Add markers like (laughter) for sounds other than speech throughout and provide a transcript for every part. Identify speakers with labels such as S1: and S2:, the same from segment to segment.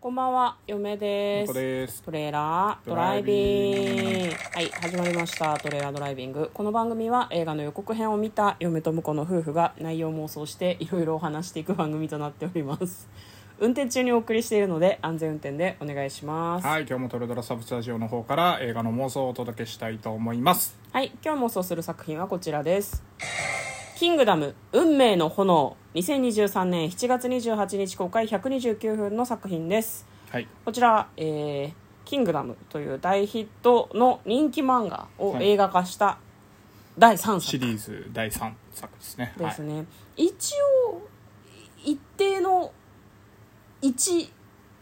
S1: こんばんは、嫁です。
S2: ここです
S1: トレーラードライビング。はい、始まりました。トレーラードライビング。この番組は映画の予告編を見た嫁と婿の夫婦が内容妄想していろいろお話していく番組となっております。運転中にお送りしているので安全運転でお願いします。はい、
S2: はい、今日もトレドラサブスタジオの方から映画の妄想をお届けしたいと思います。
S1: 今日妄想する作品はこちらです。キングダム運命の炎2023年7月28日公開129分の作品です。
S2: はい、
S1: こちら、えーキングダム」という大ヒットの人気漫画を映画化した第3
S2: シ
S1: 作
S2: リーズ第三作ですね。
S1: です
S2: はい、
S1: ね、一応一定の 1,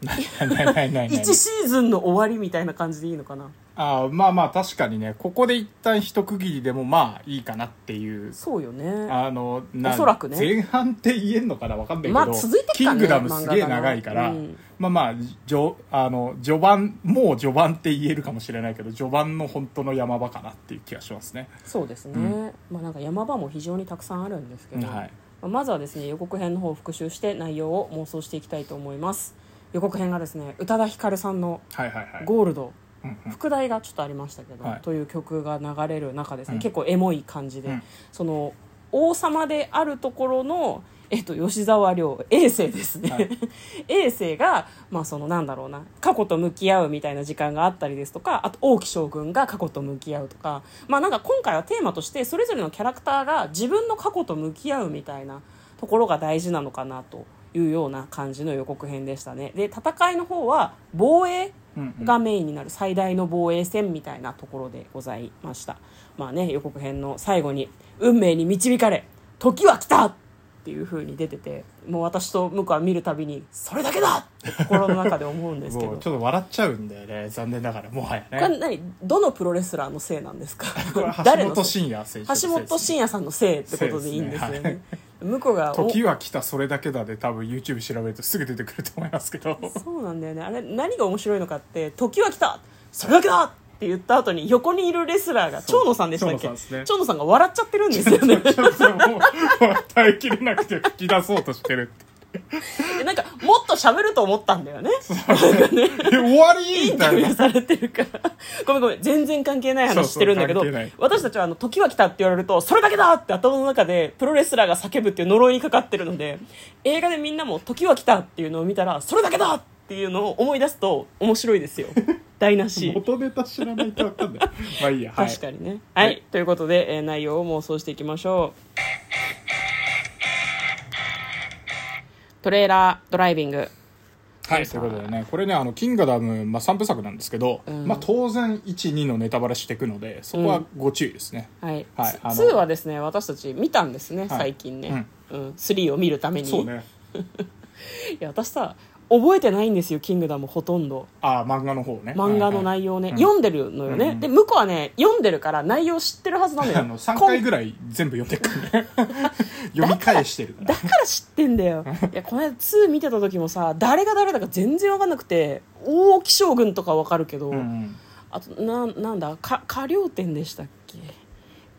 S2: ない (laughs) ないないない
S1: 1。シーズンの終わりみたいな感じでいいのかな
S2: あーまあまあ確かにね、ここで一旦一区切りでもまあいいかなっていう。
S1: そうよね
S2: あのな
S1: おそらくね
S2: 前半って言えんのかなわかんないけど、
S1: まあ続いてっ
S2: キ
S1: から
S2: ン
S1: ね
S2: グダム
S1: 漫
S2: すげ
S1: 画が
S2: え
S1: な
S2: 長いから、
S1: うん
S2: まあまあじょあの序盤もう序盤って言えるかもしれないけど序盤の本当の山場かなっていう気がしますね
S1: そうですね、まあなんか山場も非常にたくさんあるんですけど、
S2: はい
S1: まあまずはですね予告編の方を復習して内容を妄想していきたいと思います予告編がですね宇多田ヒカルさんの
S2: はいはいはい
S1: 「ゴールド」
S2: うんうん
S1: 副題がちょっとありましたけど、
S2: はい
S1: という曲が流れる中ですね、
S2: うん
S1: 結構エモい感じで、
S2: うん
S1: その王様であるところの、えっと、吉沢亮衛星ですね、
S2: はい
S1: (laughs) 衛星が、まあ、そのなんだろうな過去と向き合うみたいな時間があったりですとかあと王毅将軍が過去と向き合うとか,、まあ、なんか今回はテーマとしてそれぞれのキャラクターが自分の過去と向き合うみたいなところが大事なのかなというような感じの予告編でしたね。で戦いの方は防衛
S2: うんうん
S1: がメインになる最大の防衛戦みたいなところでございましたまあね予告編の最後に「運命に導かれ時は来た!」っていう風に出ててもう私と向こうは見るたびに「それだけ
S2: (laughs)
S1: だ!」って心の中で思うんですけ
S2: も
S1: ど
S2: うちょっと笑っちゃうんだよね残念ながらもはや
S1: これ
S2: ね
S1: 何どのプロレスラーのせいなんですか
S2: これ
S1: 誰
S2: 橋
S1: の
S2: 本
S1: せい
S2: 真也選手
S1: 橋本真也さんのせいってことでいいんですよね
S2: そうです
S1: 向こうがお
S2: 時は来たそれだけだで多分 YouTube 調べるとすぐ出てくると思います
S1: (laughs)
S2: けど
S1: そうなんだよねあれ何が面白いのかって「時は来たそれだけだ!」って言った後に横にいるレスラーが
S2: そう
S1: 長野さんでしたっけ
S2: 蝶野さんですね
S1: 長野さんが笑っちゃってるんですよね
S2: ちょっともうもう耐えきれなくて吹き出そうとしてる
S1: でなんかもっと喋ると思ったんだよね
S2: え終わ
S1: イ
S2: り
S1: ン
S2: み
S1: タ
S2: た
S1: ビ (laughs)
S2: い
S1: ュー
S2: な
S1: されてるからごめんごめん全然関係ない話してるんだけど
S2: そうそう関係ない
S1: 私たちはあの「時は来た」って言われると「それだけだ!」って頭の中でプロレスラーが叫ぶっていう呪いにかかってるので映画でみんなも「時は来た」っていうのを見たら「それだけだ!」っていうのを思い出すと面白いですよ台無し
S2: 元ネタ知らないと分かんないまあいいやはい
S1: 確かにねはい、
S2: はい
S1: ということで、えー内容を妄想していきましょうトレーラードライビング
S2: はいということでねこれねあの「キングダム」まあ、3部作なんですけど、
S1: ん
S2: まあ、当然12のネタバレしていくのでそこはご注意ですね、
S1: はい、
S2: はいあの
S1: ツー2はですね私たち見たんですね、最近ね、うん3を見るために
S2: そうね
S1: いや私さ覚えてないんですよ「キングダム」ほとんど
S2: ああ漫画の方ね
S1: 漫画の
S2: はいはい
S1: 内容ね、
S2: うん
S1: 読んでるのよね、
S2: うん
S1: で向こうはね読んでるから内容知ってるはずなのよ
S2: あの3回ぐらい全部読んでる
S1: (laughs)
S2: からね読み返してるか
S1: だ
S2: ら
S1: から知ってんだよいやこの間2見てた時もさ誰が誰だか全然分かんなくて大木将軍とか分かるけど、
S2: うんうん
S1: あとななんだか下領天でしたっけ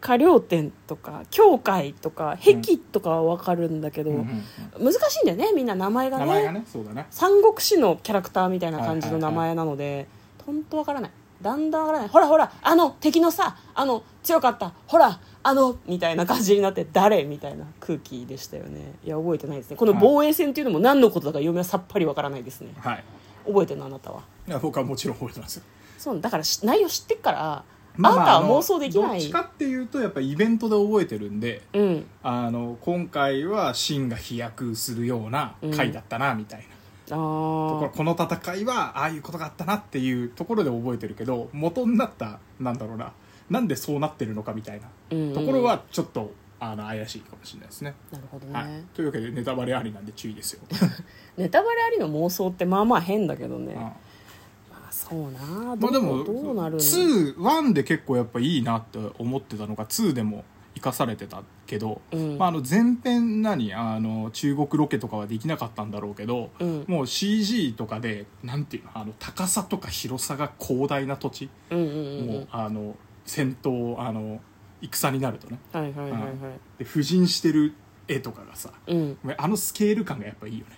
S1: 下領天とか教会とか壁とかは分かるんだけど、
S2: うんうんうん
S1: 難しいんだよねみんな名前がね
S2: 名前がねそうだね
S1: 三国志のキャラクターみたいな感じの名前なので本当わからないだんだんわからないほらほらあの敵のさあの強かったほらあのみたいな感じになって誰みたいな空気でしたよねいや覚えてないですねこの防衛戦っていうのも何のことだか嫁はさっぱりわからないですね
S2: はい
S1: 覚えてるのあなたはい
S2: や僕はもちろん覚えてますよ
S1: そうだからし内容知ってっから、あ、なた
S2: の
S1: は妄想できな
S2: どっ
S1: い
S2: ちかっていうとやっぱイベントで覚えてるんで
S1: うん
S2: あの今回はシンが飛躍するような回だったなみたいな、
S1: あ
S2: ところ
S1: ー
S2: この戦いはああいうことがあったなっていうところで覚えてるけど元になったなんだろうななんでそうなってるのかみたいな
S1: うんうん
S2: ところはちょっとあの怪しいかもしれないですね、
S1: なるほどね、
S2: はい、というわけでネタバレありなんで注意
S1: (laughs)
S2: ですよ、
S1: ネタバレありの妄想ってまあまあ変だけどね、
S2: うんま
S1: まあ、そうなど
S2: あ
S1: う,、
S2: でも
S1: どうなるの
S2: 21で結構やっぱいいなって思ってたのが2でも生かされてたけど、
S1: うん
S2: まあ、あの前編何あの中国ロケとかはできなかったんだろうけど、
S1: うん
S2: もう CG とかでなんていうのあの高さとか広さが広大な土地、
S1: うんうんうん
S2: もうあの戦闘あの戦になるとね
S1: はいはいはいはい、
S2: で布陣してる絵とかがさ
S1: うん、
S2: あのスケール感がやっぱいいよね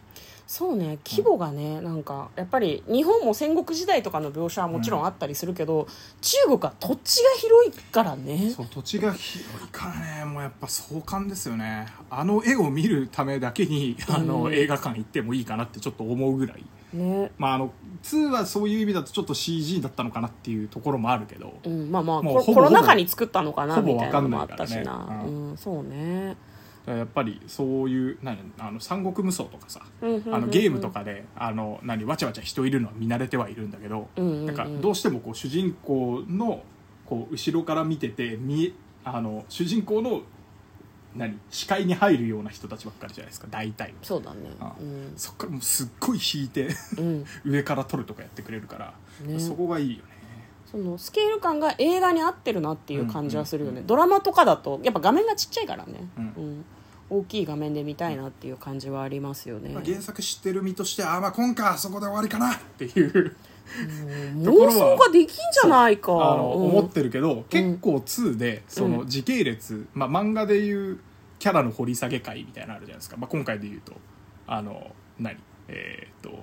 S1: そうね規模がね、なんかやっぱり日本も戦国時代とかの描写はもちろんあったりするけど、中国は土地が広いからね
S2: そう土地が広いからねもうやっぱ壮観ですよねあの絵を見るためだけにあの、
S1: うん
S2: 映画館行ってもいいかなってちょっと思うぐらい
S1: ね、
S2: まああの2はそういう意味だとちょっと CG だったのかなっていうところもあるけど、
S1: うん、まあまあ
S2: もう
S1: コロ
S2: ほぼ
S1: コロナ禍に作ったのかな
S2: ほぼ
S1: みたいなのもあ
S2: わ
S1: っ
S2: かん
S1: た
S2: ない
S1: し
S2: から
S1: な、
S2: ねう
S1: うん、そうね
S2: だからやっぱりそういう何あの三国無双とかさ
S1: うんうんうんうん
S2: あのゲームとかであの何わちゃわちゃ人いるのは見慣れてはいるんだけど、
S1: うんうんうん
S2: なんかどうしてもこう主人公のこう後ろから見てて見えあの主人公の何視界に入るような人たちばっかりじゃないですか大体
S1: そうだね
S2: あ
S1: うん、
S2: そっからもうすっごい引いて (laughs)
S1: うん、
S2: 上から撮るとかやってくれるから、
S1: ね
S2: そこがいいよね
S1: そのスケール感が映画に合ってるなっていう感じはするよね、
S2: うんうん
S1: ドラマとかだとやっぱ画面がちっちゃいからね、
S2: う
S1: うん大きい画面で見たいなっていう感じはありますよね、
S2: まあ原作知ってる身としてあーまあ今回はそこで終わりかなっていうところ
S1: 妄
S2: は
S1: 想ができんじゃないか、
S2: あの
S1: うん
S2: 思ってるけど結構2でその時系列、まあ、漫画でいうキャラの掘り下げ会みたいなのあるじゃないですか、まあ、今回でいうとあの何えーっと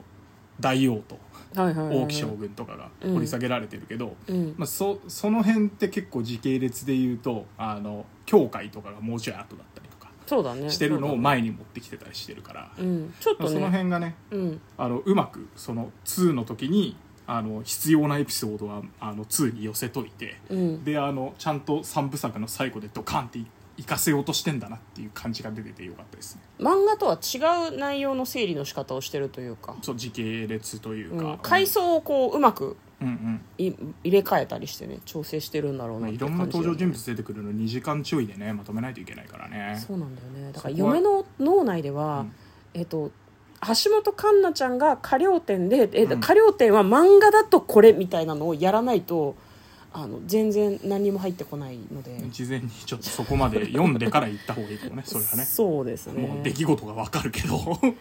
S2: 大王と
S1: はいはいはいはい
S2: 王毅将軍とかが掘り下げられてるけど、
S1: うん
S2: まあ、そその辺って結構時系列でいうとあの教会とかがもうちょい後だったりとか
S1: そうだね
S2: してるのを
S1: そう
S2: 前に持ってきてたりしてるから、
S1: だねうん、ちょっ
S2: まあ
S1: と
S2: その
S1: ね、
S2: 辺がね
S1: うん、
S2: あのうまくその2の時にあの必要なエピソードはあの2に寄せといて、
S1: うん
S2: であのちゃんと3部作の最後でドカンっていかせようとしてんだなっていう感じが出ててよかったですね
S1: 漫画とは違う内容の整理の仕方をしてるというか、
S2: そう時系列という
S1: う
S2: か、
S1: ん、階層をこううまく
S2: うんうん、
S1: い入れ替えたりしてね調整してるんだろう
S2: ま
S1: な
S2: あ、
S1: って
S2: い
S1: いう感じ
S2: ろんな登場
S1: だよ
S2: 人
S1: ね
S2: 物出てくるの2時間ちょいでねまとめないといけないからね
S1: そうなんだよねだから
S2: そこは
S1: 嫁の脳内では、
S2: うん
S1: えっと橋本環奈ちゃんが「花稜展で」え
S2: うん
S1: 花稜展は漫画だとこれみたいなのをやらないとあの全然何も入ってこないので、
S2: 事前にちょっとそこまで読んでから行った方がいいか
S1: (laughs)
S2: もねそれはね
S1: そうです
S2: もう
S1: ね
S2: 出来事がわかるけど
S1: (laughs)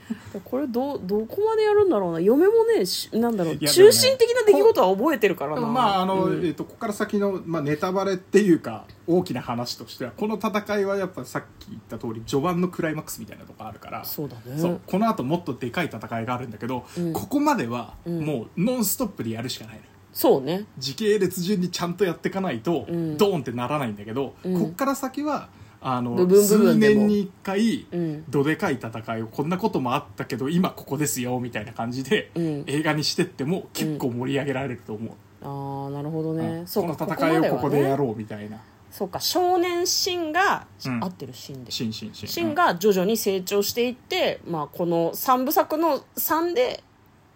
S1: これどうどこまでやるんだろうな嫁もねしなんだろう、
S2: いやでもね
S1: 中心的な出来事は覚えてるからな
S2: まああの、
S1: うん
S2: えっとここから先の、まあ、ネタバレっていうか大きな話としてはこの戦いはやっぱさっき言った通り序盤のクライマックスみたいなとこあるから
S1: そうだね
S2: そうこのあともっとでかい戦いがあるんだけど、
S1: うん
S2: ここまでは
S1: うん
S2: もうノンストップでやるしかないのよ
S1: そうね
S2: 時系列順にちゃんとやっていかないと
S1: うん
S2: ドーンってならないんだけど、
S1: うん
S2: こっから先はあの
S1: 部分部
S2: 数
S1: 分でも
S2: 年に1回、
S1: うん
S2: どでかい戦いをこんなこともあったけど今ここですよみたいな感じで、
S1: うん
S2: 映画にしてっても結構盛り上げられると思う、
S1: ああなるほどね、
S2: うん
S1: そう
S2: こ
S1: か
S2: の戦いをここで
S1: まは
S2: や
S1: ね
S2: ろうみたいな
S1: そうか少年シンが、
S2: うん
S1: 合ってるシンで
S2: シンシンシン
S1: シンが徐々に成長していって、まあ、この3部作の3で、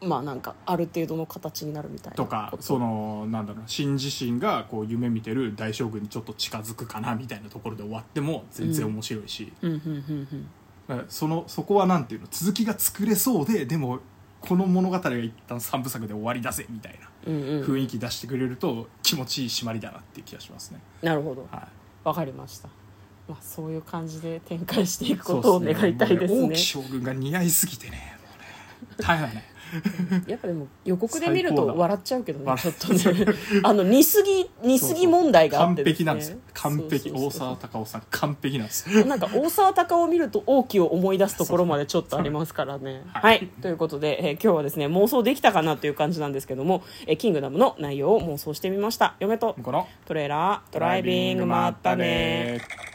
S1: まあ、なんかある程度の形になるみたいな
S2: とかそのなんだろう新自身がこう夢見てる大将軍にちょっと近づくかなみたいなところで終わっても全然面白いし、
S1: うんうんうんうん
S2: だからそのそこはなんていうの続きが作れそうででもこの物語が一旦三部作で終わりだぜみたいな
S1: うんうん
S2: 雰囲気出してくれると気持ちいい締まりだなっていう気がしますね、
S1: なるほど
S2: はい、
S1: わかりました、まあ、そういう感じで展開していくことを願いたいです
S2: もう
S1: ね
S2: 王毅将軍が似合いすぎてねもうね大変だね
S1: やっぱでも予告で見る
S2: 最高
S1: と
S2: だ
S1: 笑っちゃうけどね
S2: 笑
S1: ちょっとねあの似すぎ似すぎ問題があっ
S2: 完
S1: て
S2: 璧なん
S1: で
S2: です
S1: す
S2: よ
S1: ね
S2: 完
S1: そうそ
S2: 璧
S1: う
S2: 大
S1: そう
S2: 沢たかおさん完璧なんで
S1: (laughs)
S2: す
S1: なんか大沢たかを見ると王毅を思い出すところまでちょっとありますからね。は、
S2: はい
S1: ということで、えー今日はですね妄想できたかなという感じなんですけども「えーキングダム」の内容を妄想してみました。嫁と
S2: この
S1: トレーラードライビングまったね
S2: ー